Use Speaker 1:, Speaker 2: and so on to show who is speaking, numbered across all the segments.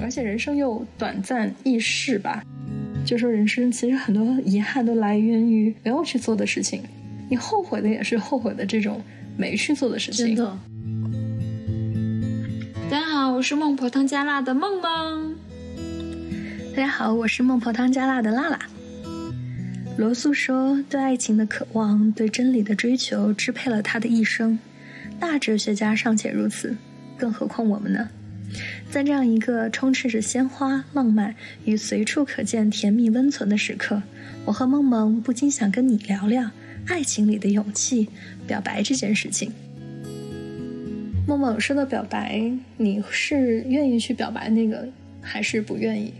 Speaker 1: 而且人生又短暂易逝吧，就说人生其实很多遗憾都来源于没有去做的事情，你后悔的也是后悔的这种没去做的事情。
Speaker 2: 真的。大家好，我是孟婆汤加辣的梦梦。
Speaker 1: 大家好，我是孟婆汤加辣的辣辣。罗素说，对爱情的渴望，对真理的追求，支配了他的一生。大哲学家尚且如此，更何况我们呢？在这样一个充斥着鲜花、浪漫与随处可见甜蜜温存的时刻，我和梦梦不禁想跟你聊聊爱情里的勇气、表白这件事情。梦梦说到表白，你是愿意去表白那个，还是不愿意？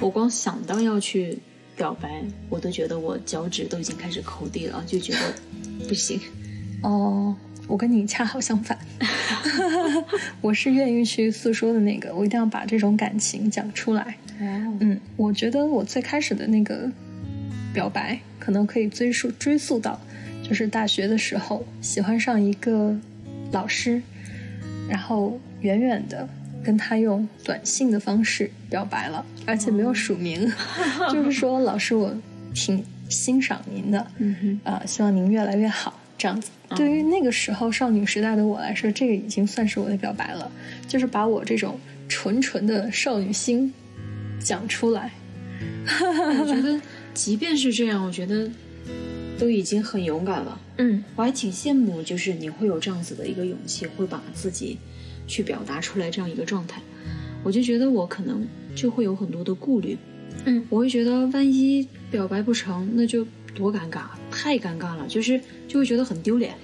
Speaker 2: 我光想到要去表白，我都觉得我脚趾都已经开始抠地了，就觉得不行。
Speaker 1: 哦，我跟你恰好相反，我是愿意去诉说的那个，我一定要把这种感情讲出来。
Speaker 2: 哦，
Speaker 1: 嗯，我觉得我最开始的那个表白，可能可以追溯追溯到，就是大学的时候喜欢上一个老师，然后远远的跟他用短信的方式表白了，而且没有署名， 就是说老师我挺欣赏您的，
Speaker 2: 嗯哼，
Speaker 1: 呃，希望您越来越好。这样子，对于那个时候少女时代的我来说，这个已经算是我的表白了，就是把我这种纯纯的少女心讲出来。
Speaker 2: 我觉得即便是这样，我觉得都已经很勇敢了。
Speaker 1: 嗯
Speaker 2: 我还挺羡慕，就是你会有这样子的一个勇气，会把自己去表达出来这样一个状态。我就觉得我可能就会有很多的顾虑，
Speaker 1: 嗯，
Speaker 2: 我会觉得万一表白不成，那就多尴尬，太尴尬了，就是就会觉得很丢脸。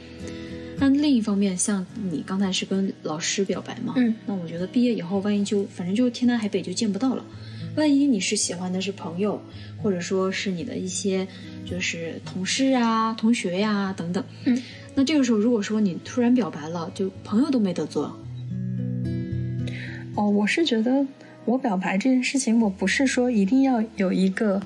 Speaker 2: 但另一方面，像你刚才是跟老师表白嘛，
Speaker 1: 嗯，
Speaker 2: 那我觉得毕业以后，万一就反正就天南海北就见不到了。万一你是喜欢的是朋友，或者说是你的一些就是同事啊、同学呀、等等，
Speaker 1: 嗯，
Speaker 2: 那这个时候如果说你突然表白了，就朋友都没得做，
Speaker 1: 哦，我是觉得我表白这件事情，我不是说一定要有一个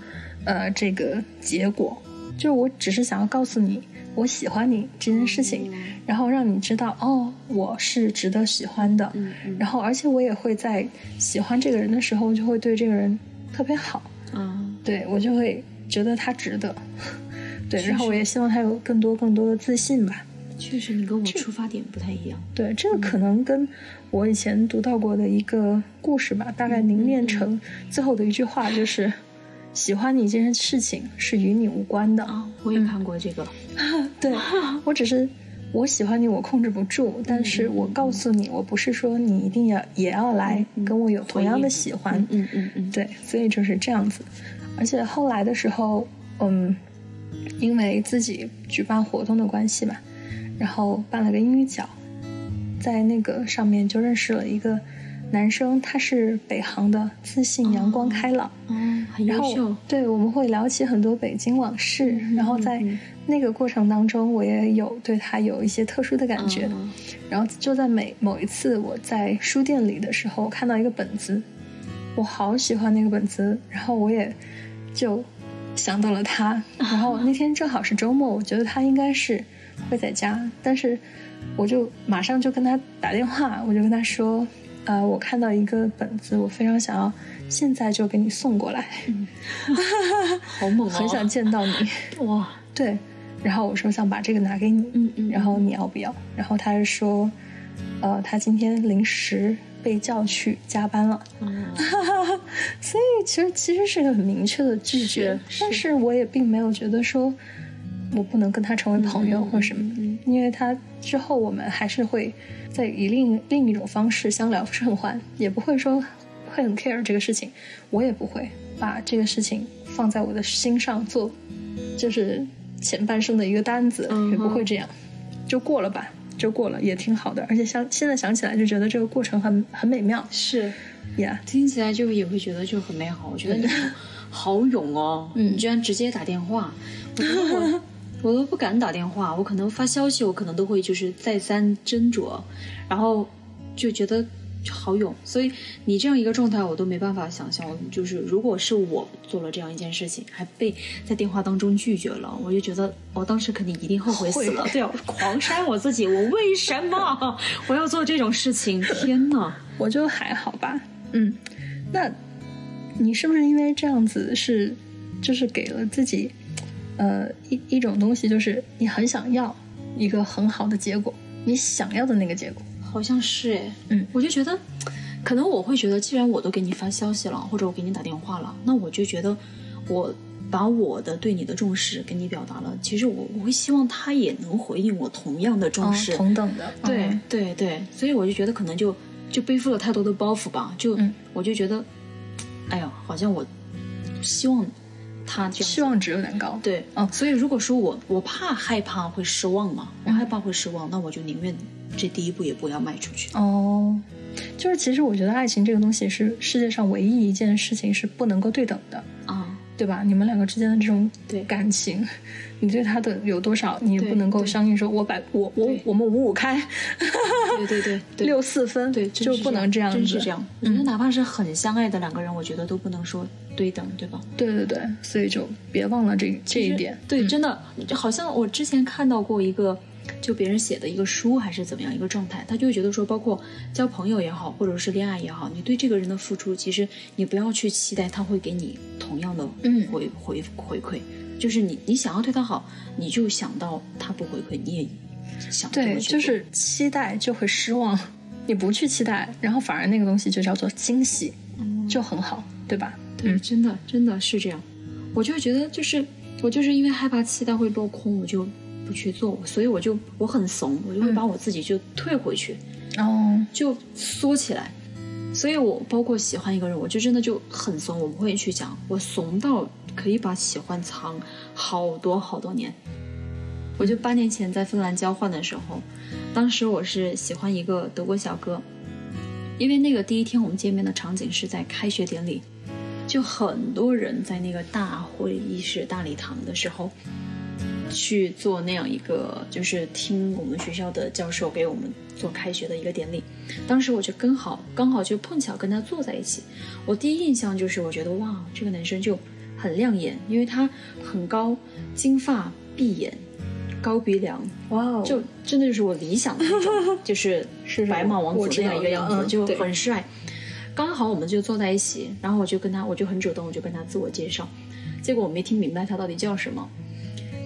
Speaker 1: 呃这个结果，就是我只是想要告诉你我喜欢你这件事情，然后让你知道哦，我是值得喜欢的。
Speaker 2: 嗯嗯
Speaker 1: 然后，而且我也会在喜欢这个人的时候，就会对这个人特别好。
Speaker 2: 啊，
Speaker 1: 对我就会觉得他值得。 对，
Speaker 2: 确实
Speaker 1: 然后我也希望他有更多更多的自信吧。
Speaker 2: 确实你跟我出发点不太一样，
Speaker 1: 对，这个可能跟我以前读到过的一个故事吧，大概凝练
Speaker 2: 嗯
Speaker 1: 成最后的一句话就是：“喜欢你这件事情是与你无关的。
Speaker 2: 啊，我也看过这个，
Speaker 1: 对我只是我喜欢你，我控制不住，但
Speaker 2: 嗯
Speaker 1: 是我告诉你，我不是说你一定要也要来跟我有同样的喜欢。
Speaker 2: 嗯嗯嗯，
Speaker 1: 对，所以就是这样子。而且后来的时候，嗯，因为自己举办活动的关系嘛，然后办了个英语角，在那个上面就认识了一个男生，他是北航的，自信、阳光、开朗。
Speaker 2: 哦，很
Speaker 1: 然
Speaker 2: 优
Speaker 1: 后
Speaker 2: 秀，
Speaker 1: 对，我们会聊起很多北京往事，然后在
Speaker 2: 嗯
Speaker 1: 那个过程当中，我也有对他有一些特殊的感觉。
Speaker 2: 嗯
Speaker 1: 然后就在每某一次我在书店里的时候，看到一个本子，我好喜欢那个本子，然后我也就想到了他。然后那天正好是周末，我觉得他应该是会在家，但是我就马上就跟他打电话，我就跟他说，呃，我看到一个本子，我非常想要现在就给你送过来，
Speaker 2: 好猛哦，
Speaker 1: 很想见到你。
Speaker 2: 哇，
Speaker 1: 对，然后我说想把这个拿给你，
Speaker 2: 嗯嗯，
Speaker 1: 然后你要不要？然后他是说，呃，他今天临时被叫去加班了，
Speaker 2: 嗯
Speaker 1: 所以其实其实是个很明确的拒绝，
Speaker 2: 是是
Speaker 1: 但是我也并没有觉得说我不能跟他成为朋友或什么，
Speaker 2: 嗯
Speaker 1: 因为他之后我们还是会再以另另一种方式相聊甚欢，也不会说会很 care 这个事情，我也不会把这个事情放在我的心上做，就是前半生的一个单子，
Speaker 2: 嗯哼
Speaker 1: 也不会这样，就过了吧。就过了，也挺好的，而且想现在想起来就觉得这个过程很很美妙
Speaker 2: 是。
Speaker 1: ，yeah。
Speaker 2: 听起来就也会觉得就很美好。我觉得你好勇哦，
Speaker 1: 嗯
Speaker 2: 你居然直接打电话， 我觉得我我都不敢打电话，我可能发消息，我可能都会就是再三斟酌，然后就觉得好勇，所以你这样一个状态，我都没办法想象。就是如果是我做了这样一件事情，还被在电话当中拒绝了，我就觉得我当时肯定一定后悔死了。对啊，狂扇我自己，我为什么我要做这种事情？天哪！
Speaker 1: 我就还好吧，嗯。那你是不是因为这样子是，就是给了自己，呃，一一种东西，就是你很想要一个很好的结果，你想要的那个结果。
Speaker 2: 好像是哎，
Speaker 1: 嗯，
Speaker 2: 我就觉得，可能我会觉得，既然我都给你发消息了，或者我给你打电话了，那我就觉得，我把我的对你的重视给你表达了。其实我我会希望他也能回应我同样的重视，
Speaker 1: 哦同等的，
Speaker 2: 对、
Speaker 1: 嗯
Speaker 2: 对对，所以我就觉得可能就就背负了太多的包袱吧，就、
Speaker 1: 嗯
Speaker 2: 我就觉得，哎呀，好像我希望他这样
Speaker 1: 期望值有点高。
Speaker 2: 对，
Speaker 1: 哦
Speaker 2: 所以如果说我我怕害怕会失望嘛，我
Speaker 1: 嗯
Speaker 2: 害怕会失望，那我就宁愿这第一步也不要迈出去。
Speaker 1: 哦，就是其实我觉得爱情这个东西是世界上唯一一件事情是不能够对等的，
Speaker 2: 啊，
Speaker 1: 对吧？你们两个之间的这种
Speaker 2: 对
Speaker 1: 感情，你对他的有多少，你也
Speaker 2: 对
Speaker 1: 不能够
Speaker 2: 对
Speaker 1: 相信说我百我我
Speaker 2: 对
Speaker 1: 我们五五开，
Speaker 2: 对对对对，
Speaker 1: 六四分，
Speaker 2: 对，真
Speaker 1: 就是不能这样子，嗯
Speaker 2: 真是这样。我觉得哪怕是很相爱的两个人，我觉得都不能说对等，对吧？
Speaker 1: 对对对，所以就别忘了这这一点。嗯
Speaker 2: 对，真的，好像我之前看到过一个，就别人写的一个书还是怎么样一个状态，他就会觉得说，包括交朋友也好，或者是恋爱也好，你对这个人的付出，其实你不要去期待他会给你同样的
Speaker 1: 嗯
Speaker 2: 回、回回馈，就是你你想要对他好，你就想到他不回馈，你也想这
Speaker 1: 对，
Speaker 2: 么去
Speaker 1: 就
Speaker 2: 做
Speaker 1: 是期待就会失望，你不去期待，然后反而那个东西就叫做惊喜，
Speaker 2: 嗯
Speaker 1: 就很好，对吧？
Speaker 2: 对，
Speaker 1: 嗯
Speaker 2: 真的真的是这样。我就觉得，就是我就是因为害怕期待会落空，我就不去做，所以我就我很怂，我就会
Speaker 1: 嗯
Speaker 2: 把我自己就退回去，
Speaker 1: 哦，
Speaker 2: 就缩起来。所以我包括喜欢一个人，我就真的就很怂，我不会去讲，我怂到可以把喜欢藏好多好多年。我就八年前在芬兰交换的时候，当时我是喜欢一个德国小哥，因为那个第一天我们见面的场景是在开学典礼，就很多人在那个大会议室、大礼堂的时候，去做那样一个，就是听我们学校的教授给我们做开学的一个典礼。当时我就刚好刚好就碰巧跟他坐在一起，我第一印象就是我觉得哇，这个男生就很亮眼，因为他很高，金发碧眼，高鼻梁，
Speaker 1: 哇哦
Speaker 2: 就真的就是我理想的那种，就是
Speaker 1: 是
Speaker 2: 白马王
Speaker 1: 我
Speaker 2: 子
Speaker 1: 知
Speaker 2: 那
Speaker 1: 道
Speaker 2: 样一个样子，
Speaker 1: 嗯
Speaker 2: 就
Speaker 1: 对
Speaker 2: 很帅。刚好我们就坐在一起，然后我就跟他，我就很主动，我就跟他自我介绍，结果我没听明白他到底叫什么。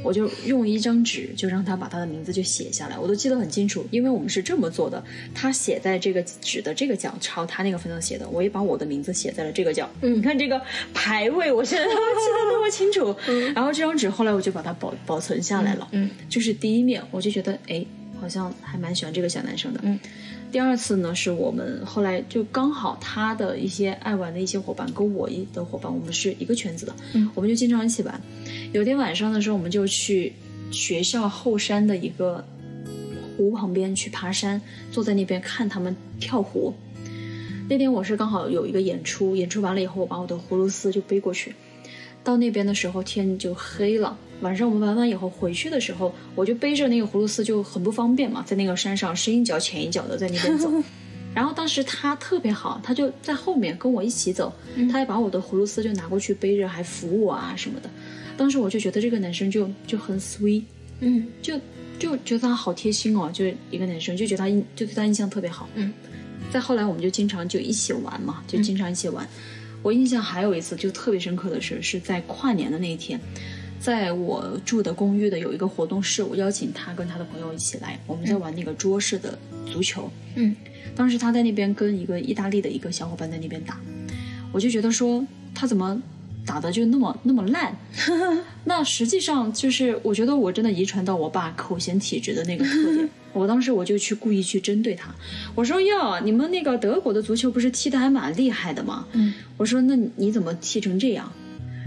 Speaker 2: 我就用一张纸，就让他把他的名字就写下来，我都记得很清楚，因为我们是这么做的。他写在这个纸的这个角，朝他那个方向写的，我也把我的名字写在了这个角。
Speaker 1: 嗯
Speaker 2: 你看这个排位，我现在都 记得那么清楚。然后这张纸后来我就把它保保存下来了。
Speaker 1: 嗯
Speaker 2: 就是第一面我就觉得，哎，好像还蛮喜欢这个小男生的。
Speaker 1: 嗯，
Speaker 2: 第二次呢，是我们后来就刚好他的一些爱玩的一些伙伴跟我一的伙伴，我们是一个圈子的，
Speaker 1: 嗯
Speaker 2: 我们就经常一起玩。有天晚上的时候，我们就去学校后山的一个湖旁边去爬山，坐在那边看他们跳湖。那天我是刚好有一个演出，演出完了以后，我把我的葫芦丝就背过去。到那边的时候天就黑了，晚上我们玩完以后回去的时候，我就背着那个葫芦丝就很不方便嘛，在那个山上深一脚浅一脚的在那边走。然后当时他特别好，他就在后面跟我一起走，他还把我的葫芦丝就拿过去背着，还扶我啊什么的。当时我就觉得这个男生就就很 sweet，
Speaker 1: 嗯
Speaker 2: 就就觉得他好贴心哦，就是一个男生，就觉得他印就对他印象特别好。
Speaker 1: 嗯，
Speaker 2: 再后来我们就经常就一起玩嘛，就经常一起玩。我印象还有一次就特别深刻的是，是在跨年的那一天，在我住的公寓的有一个活动室，我邀请他跟他的朋友一起来，我们在玩那个桌式的足球。
Speaker 1: 嗯
Speaker 2: 当时他在那边跟一个意大利的一个小伙伴在那边打，我就觉得说他怎么打的就那么 那么烂。那实际上就是我觉得我真的遗传到我爸口嫌体直的那个特点。我当时我就去故意去针对他，我说哟，你们那个德国的足球不是踢得还蛮厉害的吗？
Speaker 1: 嗯，
Speaker 2: 我说那你怎么踢成这样？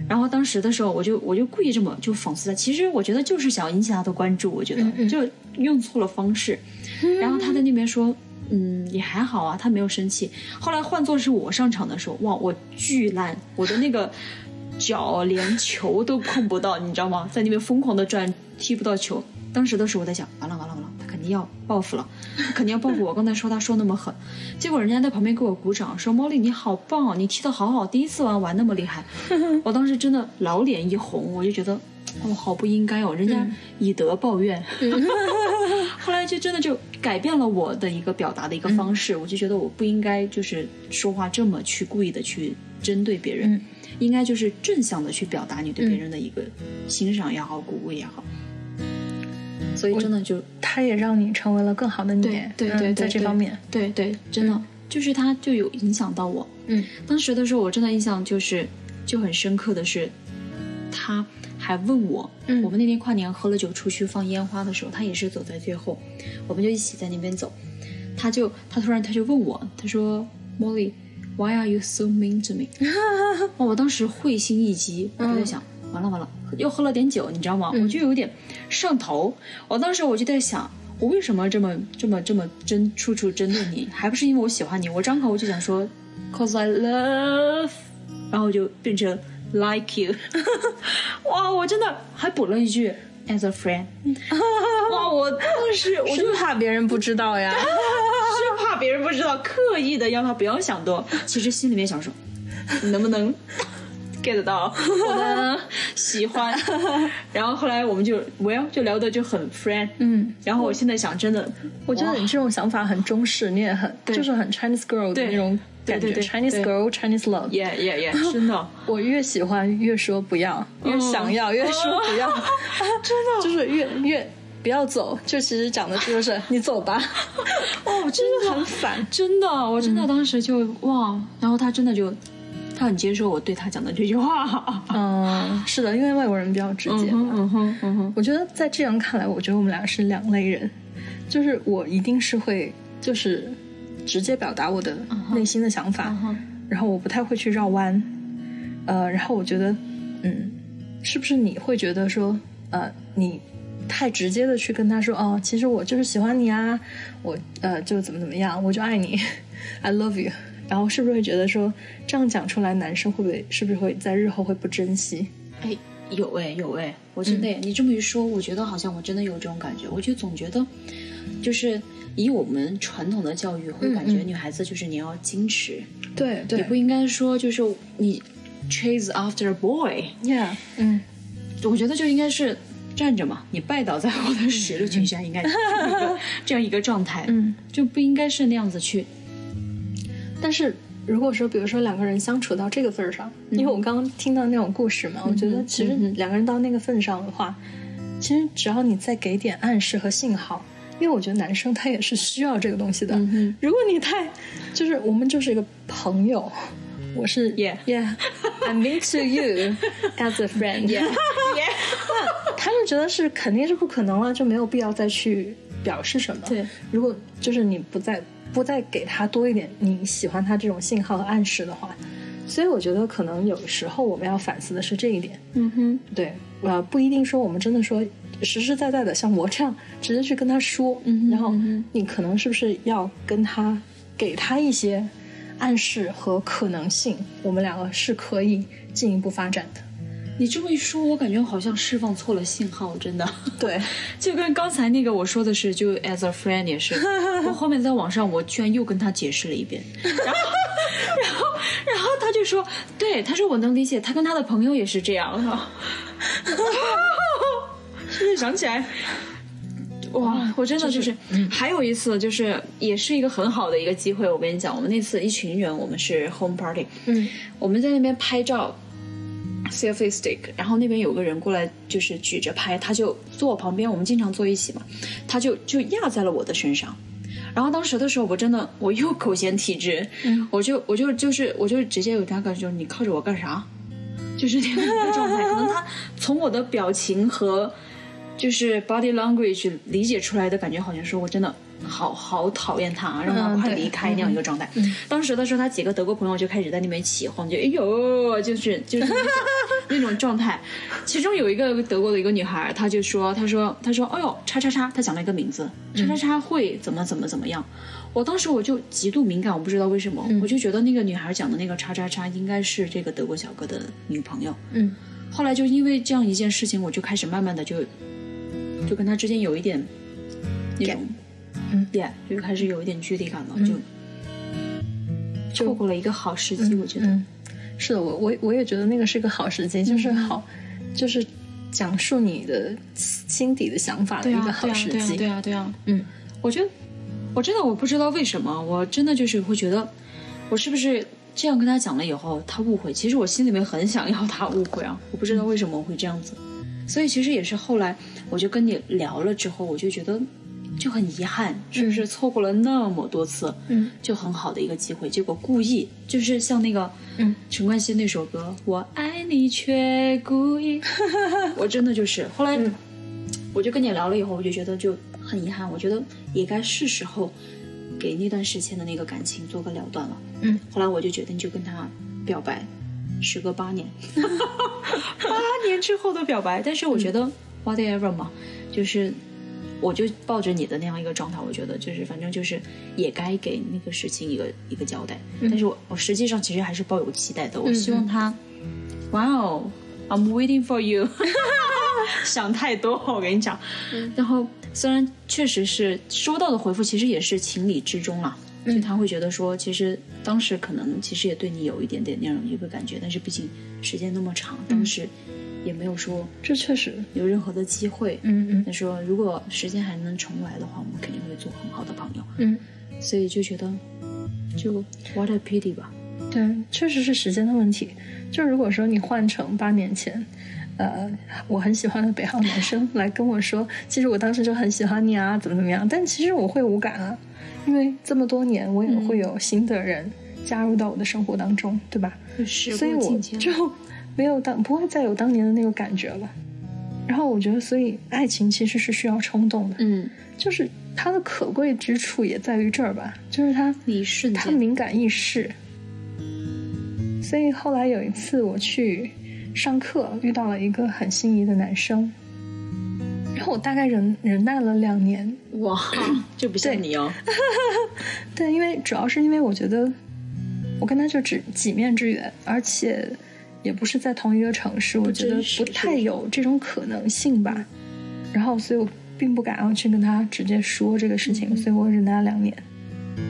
Speaker 2: 然后当时的时候，我就我就故意这么就讽刺他。其实我觉得就是想引起他的关注，我觉得
Speaker 1: 嗯嗯
Speaker 2: 就用错了方式。然后他在那边说，嗯，也还好啊，他没有生气。后来换做是我上场的时候，哇，我巨烂，我的那个脚连球都碰不到，你知道吗？在那边疯狂的转，踢不到球。当时的时候我在想，完了完了完了，他肯定定要报复了，肯定要报复我。刚才说他说那么狠，结果人家在旁边给我鼓掌，说茉莉你好棒，啊你踢得好好，第一次玩玩那么厉害。我当时真的老脸一红，我就觉得我、哦、好不应该哦，人家以德报怨。 后来就真的就改变了我的一个表达的一个方式，我就觉得我不应该就是说话这么去故意的去针对别人，
Speaker 1: 嗯
Speaker 2: 应该就是正向的去表达你对别人的一个欣赏也好，鼓舞也好。所以真的就
Speaker 1: 他也让你成为了更好的你，
Speaker 2: 对对
Speaker 1: 嗯
Speaker 2: 对对，
Speaker 1: 在这
Speaker 2: 对
Speaker 1: 方面，，
Speaker 2: 对对，真的、
Speaker 1: 嗯
Speaker 2: 就是他就有影响到我。
Speaker 1: 嗯
Speaker 2: 当时的时候，我真的印象就是就很深刻的是，他还问我，
Speaker 1: 嗯
Speaker 2: 我们那天跨年喝了酒出去放烟花的时候，他也是走在最后，我们就一起在那边走，他就他突然他就问我，他说，Molly。Why are you so mean to me？哇我当时会心一击，我就在想，完了完了，又喝了点酒，你知道吗？
Speaker 1: 嗯
Speaker 2: 我就有点上头。我当时我就在想，我为什么这么这么这么针处处针对你？还不是因为我喜欢你？我张口我就想说，cause I love，然后就变成 like you。哇，我真的还补了一句 as a friend。哇，我当时我就
Speaker 1: 生怕别人不知道 呀，
Speaker 2: 是怕别人不知道，刻意的让他不要想多。其实心里面想说， 你能不能 get 到 我的喜欢？ 然后后来我们就 well 就聊的就很 friend，
Speaker 1: 嗯。
Speaker 2: 然后我现在想，真的，
Speaker 1: 我觉得你这种想法很中式，你也很
Speaker 2: 对
Speaker 1: 就是很 Chinese girl 的
Speaker 2: 对
Speaker 1: 那种感觉
Speaker 2: 对对对
Speaker 1: ，Chinese
Speaker 2: 对
Speaker 1: girl Chinese love。
Speaker 2: 耶耶 耶，真的，
Speaker 1: 我越喜欢越说不要，越想要越说不要，嗯哦 真的就是越越不要走，就其实讲的就是你走吧，
Speaker 2: 哦，我真的嗯
Speaker 1: 很反。
Speaker 2: 真的，我真的当时就、哇，然后他真的就，他很接受我对他讲的这句话，
Speaker 1: 嗯，是的，因为外国人比较直接。
Speaker 2: 哼嗯哼嗯哼，
Speaker 1: 我觉得在这样看来，我觉得我们俩是两类人，就是我一定是会就是直接表达我的内心的想法
Speaker 2: 嗯哼
Speaker 1: 然后我不太会去绕弯，呃，然后我觉得，嗯，是不是你会觉得说，呃，你太直接的去跟他说，哦，其实我就是喜欢你啊，我呃就怎么怎么样，我就爱你，I love you，然后是不是会觉得说这样讲出来，男生会不会是不是会在日后会不珍惜？
Speaker 2: 哎，有哎、有哎、我真
Speaker 1: 嗯
Speaker 2: 的、耶你这么一说，我觉得好像我真的有这种感觉。我就总觉得，就是以我们传统的教育，会
Speaker 1: 嗯
Speaker 2: 感觉
Speaker 1: 嗯
Speaker 2: 女孩子就是你要矜持，
Speaker 1: 对
Speaker 2: 你不应该说就是你 chase after a boy。
Speaker 1: ，Yeah，嗯，
Speaker 2: 我觉得就应该是站着嘛，你拜倒在我的实力裙 下，应该是这样一个这样一个状态，
Speaker 1: 嗯，
Speaker 2: 就不应该是那样子 去。
Speaker 1: 但是如果说，比如说两个人相处到这个份儿上，因为我刚刚听到那种故
Speaker 2: 嗯
Speaker 1: 事嘛，我觉得其实两个人到那个份上的话，其实只要你再给点暗示和信号，因为我觉得男生他也是需要这个东西的。
Speaker 2: 嗯哼
Speaker 1: 如果你太，就是我们就是一个朋友，我是
Speaker 2: Yeah
Speaker 1: yeah，I'm into you as a friend yeah。那他们觉得是肯定是不可能了，就没有必要再去表示什么。
Speaker 2: 对，
Speaker 1: 如果就是你不再不再给他多一点你喜欢他这种信号和暗示的话，所以我觉得可能有时候我们要反思的是这一点。
Speaker 2: 嗯哼，
Speaker 1: 对，呃，不一定说我们真的说实实在在的像我这样直接去跟他说，
Speaker 2: 嗯哼
Speaker 1: 然后
Speaker 2: 嗯哼
Speaker 1: 你可能是不是要跟他给他一些暗示和可能性，我们两个是可以进一步发展的。
Speaker 2: 你这么一说，我感觉好像释放错了信号，真的。
Speaker 1: 对，
Speaker 2: 就跟刚才那个我说的是，就 as a friend 也 是，我后面在网上我居然又跟他解释了一遍，然后， 然后，然后他就说，对，他说我能理解，他跟他的朋友也是这 样。现在想起来，哇，我真的就是，嗯还有一次就是也是一个很好的一个机会，我跟你讲，我们那次一群人，我们是 home party，
Speaker 1: 嗯
Speaker 2: 我们在那边拍照，selfie stick，然后那边有个人过来，就是举着拍，他就坐我旁边，我们经常坐一起嘛，他就就压在了我的身上。然后当时的时候，我真的我又口嫌体直，我就我就就是我就直接有他感觉，你靠着我干啥？嗯就是那样一个状态，可能他从我的表情和就是 body language 理解出来的感觉，好像说我真的好好讨厌他，啊让他
Speaker 1: 嗯
Speaker 2: 快
Speaker 1: 对
Speaker 2: 离开那样一个状
Speaker 1: 嗯
Speaker 2: 态。当时的时候，他几个德国朋友就开始在那边起哄，就哎呦，就是就是那种那种状态。其中有一个德国的一个女孩，她就说，她说，她说，哎呦，叉叉叉，她讲了一个名字，叉叉叉会怎么怎么怎么样。我当时我就极度敏感，我不知道为什么，我就觉得那个女孩讲的那个叉叉叉应该是这个德国小哥的女朋友。
Speaker 1: 嗯
Speaker 2: 后来就因为这样一件事情，我就开始慢慢的就就跟他之间有一点那种
Speaker 1: 嗯
Speaker 2: ，yeah，就开始有一点距离感了，
Speaker 1: 嗯就
Speaker 2: 就错过了一个好时机，我觉得，
Speaker 1: 嗯，是的，我我我也觉得那个是个好时
Speaker 2: 嗯
Speaker 1: 机，就是好，就是讲述你的心心底的想法的
Speaker 2: 对
Speaker 1: 一
Speaker 2: 啊
Speaker 1: 个，好
Speaker 2: 对啊
Speaker 1: 时
Speaker 2: 对啊，
Speaker 1: 机。
Speaker 2: 对啊，对啊，
Speaker 1: 嗯
Speaker 2: 我觉得，我真的我不知道为什么，我真的就是会觉得，我是不是这样跟他讲了以后，他误会？其实我心里面很想要他误会啊，我不知道为什么我会这样子。所以其实也是后来，我就跟你聊了之后，我就觉得就很遗憾，是不是错过了那么多次
Speaker 1: 嗯
Speaker 2: 就很好的一个机会？结果故意就是像那个
Speaker 1: 嗯
Speaker 2: 陈冠希那首歌《我爱你却故意》， 我真的就是后来。
Speaker 1: 嗯
Speaker 2: 我就跟你聊了以后，我就觉得就很遗憾，我觉得也该是时候给那段时间的那个感情做个了断了。
Speaker 1: 嗯，
Speaker 2: 后来我就决定就跟他表白，时隔 八年，八年之后的表白。但是我觉得 whatever 嘛，就是我就抱着你的那样一个状态，我觉得就是反正就是也该给那个事情一个一个交代。
Speaker 1: 嗯
Speaker 2: 但是我我实际上其实还是抱有期待的，我
Speaker 1: 嗯
Speaker 2: 希望他，哇哦、I'm waiting for you 。 想太多，我跟你讲。
Speaker 1: 嗯
Speaker 2: 然后虽然确实是收到的回复，其实也是情理之中啊啦。
Speaker 1: 嗯
Speaker 2: 就他会觉得说，其实当时可能其实也对你有一点点那样一个感觉，但是毕竟时间那么长，当时也没有说
Speaker 1: 这确实，
Speaker 2: 有任何的机会。
Speaker 1: 嗯
Speaker 2: 他说，如果时间还能重来的话，我们肯定会做很好的朋友。
Speaker 1: 嗯
Speaker 2: 所以就觉得，就 what a pity 吧。
Speaker 1: 嗯，对，确实是时间的问题。就如果说你换成八年前。呃，我很喜欢的北航男生来跟我说，其实我当时就很喜欢你啊，怎么怎么样，但其实我会无感啊，因为这么多年我也
Speaker 2: 嗯
Speaker 1: 会有新的人加入到我的生活当中，对吧？
Speaker 2: 时
Speaker 1: 所以
Speaker 2: 过
Speaker 1: 我
Speaker 2: 境迁，
Speaker 1: 就没有当不会再有当年的那个感觉了。然后我觉得，所以爱情其实是需要冲动的，
Speaker 2: 嗯，
Speaker 1: 就是它的可贵之处也在于这儿吧，就是它
Speaker 2: 那一瞬
Speaker 1: 它
Speaker 2: 间，
Speaker 1: 敏感易逝。所以后来有一次我去上课，遇到了一个很心仪的男生，然后我大概忍忍耐了两年，
Speaker 2: 哇， 就不像
Speaker 1: 对
Speaker 2: 你哦，
Speaker 1: 对，因为主要是因为我觉得我跟他就只几面之缘，而且也不是在同一个城市，我觉得
Speaker 2: 真实
Speaker 1: 不太
Speaker 2: 是
Speaker 1: 有这种可能性吧。然后，所以我并不敢要去跟他直接说这个事情，
Speaker 2: 嗯
Speaker 1: 所以我忍耐了两年。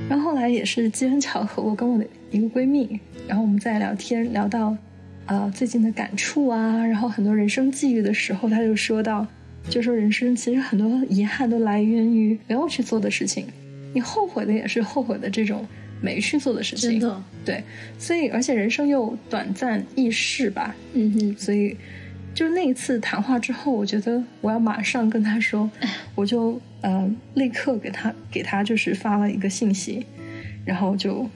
Speaker 1: 然后后来也是机缘巧合，我跟我的一个闺蜜，然后我们在聊天聊到，呃，最近的感触啊，然后很多人生际遇的时候，她就说到，就说人生其实很多遗憾都来源于没有去做的事情，你后悔的也是后悔的这种没去做的事情。
Speaker 2: 真，的，
Speaker 1: 对，所以而且人生又短暂易逝吧，
Speaker 2: 嗯哼。
Speaker 1: 所以就那一次谈话之后，我觉得我要马上跟他 说，我就呃立刻给他给他就是发了一个信息，然后就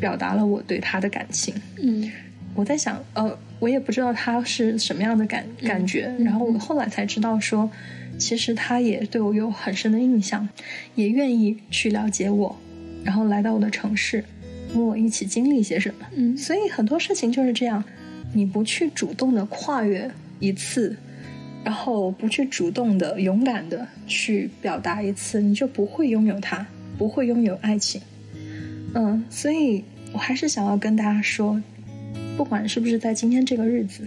Speaker 1: 表达了我对他的感情。
Speaker 2: 嗯
Speaker 1: 我在想，呃，我也不知道他是什么样的感感觉，
Speaker 2: 嗯
Speaker 1: 然后我后来才知道说，其实他也对我有很深的印象，也愿意去了解我，然后来到我的城市，跟我一起经历一些什么。
Speaker 2: 嗯
Speaker 1: 所以很多事情就是这样，你不去主动的跨越一次，然后不去主动的、勇敢的去表达一次，你就不会拥有它，不会拥有爱情。嗯，所以我还是想要跟大家说，不管是不是在今天这个日子，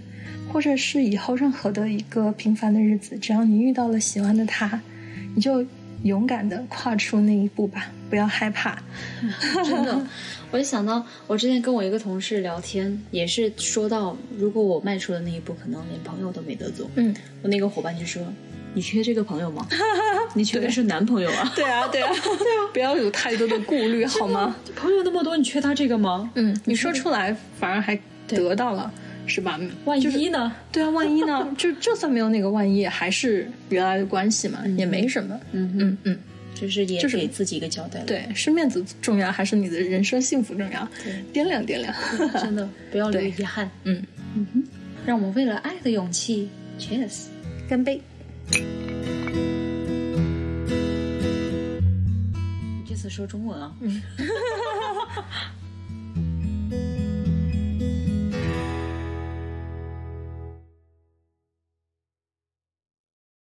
Speaker 1: 或者是以后任何的一个平凡的日子，只要你遇到了喜欢的他，你就勇敢的跨出那一步吧，不要害怕。
Speaker 2: 真的，我就想到我之前跟我一个同事聊天，也是说到，如果我迈出了那一步，可能连朋友都没得做。
Speaker 1: 嗯，
Speaker 2: 我那个伙伴就说：“你缺这个朋友 吗？你缺的是男朋友啊，
Speaker 1: 对啊，对啊，对啊， 不要有太多的顾虑，好吗？
Speaker 2: 朋友那么多，你缺他这个吗？
Speaker 1: 嗯，你说出来反而还得到了，是吧？嗯
Speaker 2: 万
Speaker 1: 就是
Speaker 2: 一呢？
Speaker 1: 对啊，万一 呢？就就算没有那个万一，还是原来的关系嘛，也没什么。
Speaker 2: 嗯哼，
Speaker 1: 嗯嗯，
Speaker 2: 就是也
Speaker 1: 就是
Speaker 2: 给自己一个交代了。
Speaker 1: 对，是面子重要还是你的人生幸福重要？掂量掂量。
Speaker 2: 对，真的不要留
Speaker 1: 对
Speaker 2: 遗憾。
Speaker 1: 嗯，
Speaker 2: 嗯哼，让我们为了爱的勇气，Cheers。”
Speaker 1: 干杯！
Speaker 2: 这次说中文啊，
Speaker 1: 嗯，